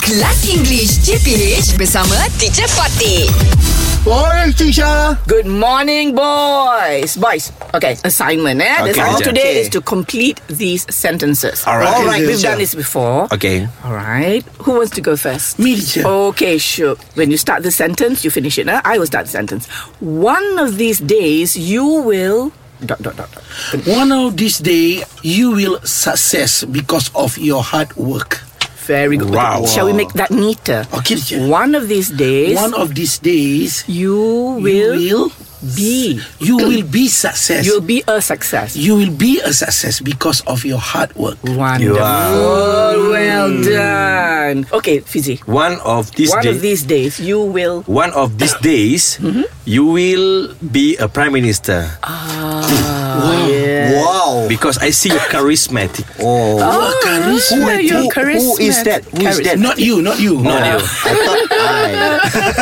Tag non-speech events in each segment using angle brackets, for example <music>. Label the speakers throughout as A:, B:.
A: Kelas English CPH bersama Teacher Fatih.
B: Morning, teacher.
C: Good morning, boys. Boys, okay, assignment. Eh? the
D: Okay,
C: assignment
D: teacher.
C: today
B: Okay.
C: is to complete these sentences.
D: All right.
C: All right,
B: Okay,
C: we've
B: teacher.
C: done this before.
D: Okay.
C: All right. Who wants to go first?
B: Me, teacher.
C: Okay, sure. When you start the sentence, you finish it. eh? I will start the sentence. One of these days, you will. Dot, dot, dot. dot.
B: One of these day you will success because of your hard work.
C: Very good.
D: Wow.
C: Shall we make that neater?
B: Okay, teacher.
C: One of these days,
B: One of these days
C: you
B: you
C: will
B: will
C: be.
B: you will be success.
C: You'll be a success.
B: You will be a success because of your hard work.
C: Wonderful. Well done. Okay, Fizzy.
D: One of these
C: One
D: day-
C: of these Mm-hmm. days, you will.
D: one of these
C: <coughs>
D: days, you will be a prime minister
C: Yeah.
E: Wow.
D: because I see you charismatic.
E: Oh.
B: Oh, charisma.
C: yeah, you're
E: who- who is that? Who is that?
B: Not you, not you.
D: Not you.
E: I thought I.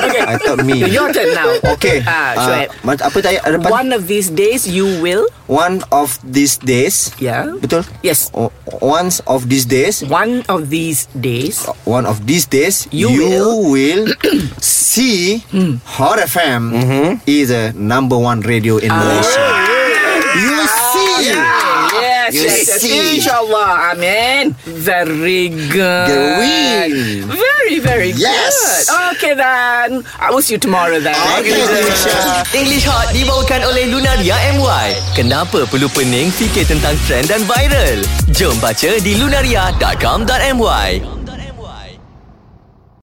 C: Okay.
E: I thought me.
C: <laughs> Your turn now.
E: <laughs> Okay.
C: Ah, Shoaib.
E: mat- apa tadi hadapan? One,
C: One of these days, you will.
E: one of these days.
C: Yeah.
E: Betul?
C: Yes.
E: O- once of these days.
C: One of these days.
E: One of these days,
C: You Hmm.
E: will,
C: <clears throat>
E: see Hot FM is the number one radio
C: Ah.
E: in Malaysia. You see.
C: Yes,
E: You
C: yes, yes.
E: see.
C: Inshallah. Amen. Very good.
E: The win.
C: Very, very
E: Yes.
C: good. Okay, then. I will see you tomorrow, then.
E: Okay, teacher.
F: English Hot dibawakan oleh Lunaria MY. Kenapa perlu pening fikir tentang trend dan viral? Jom baca di lunaria.com.my.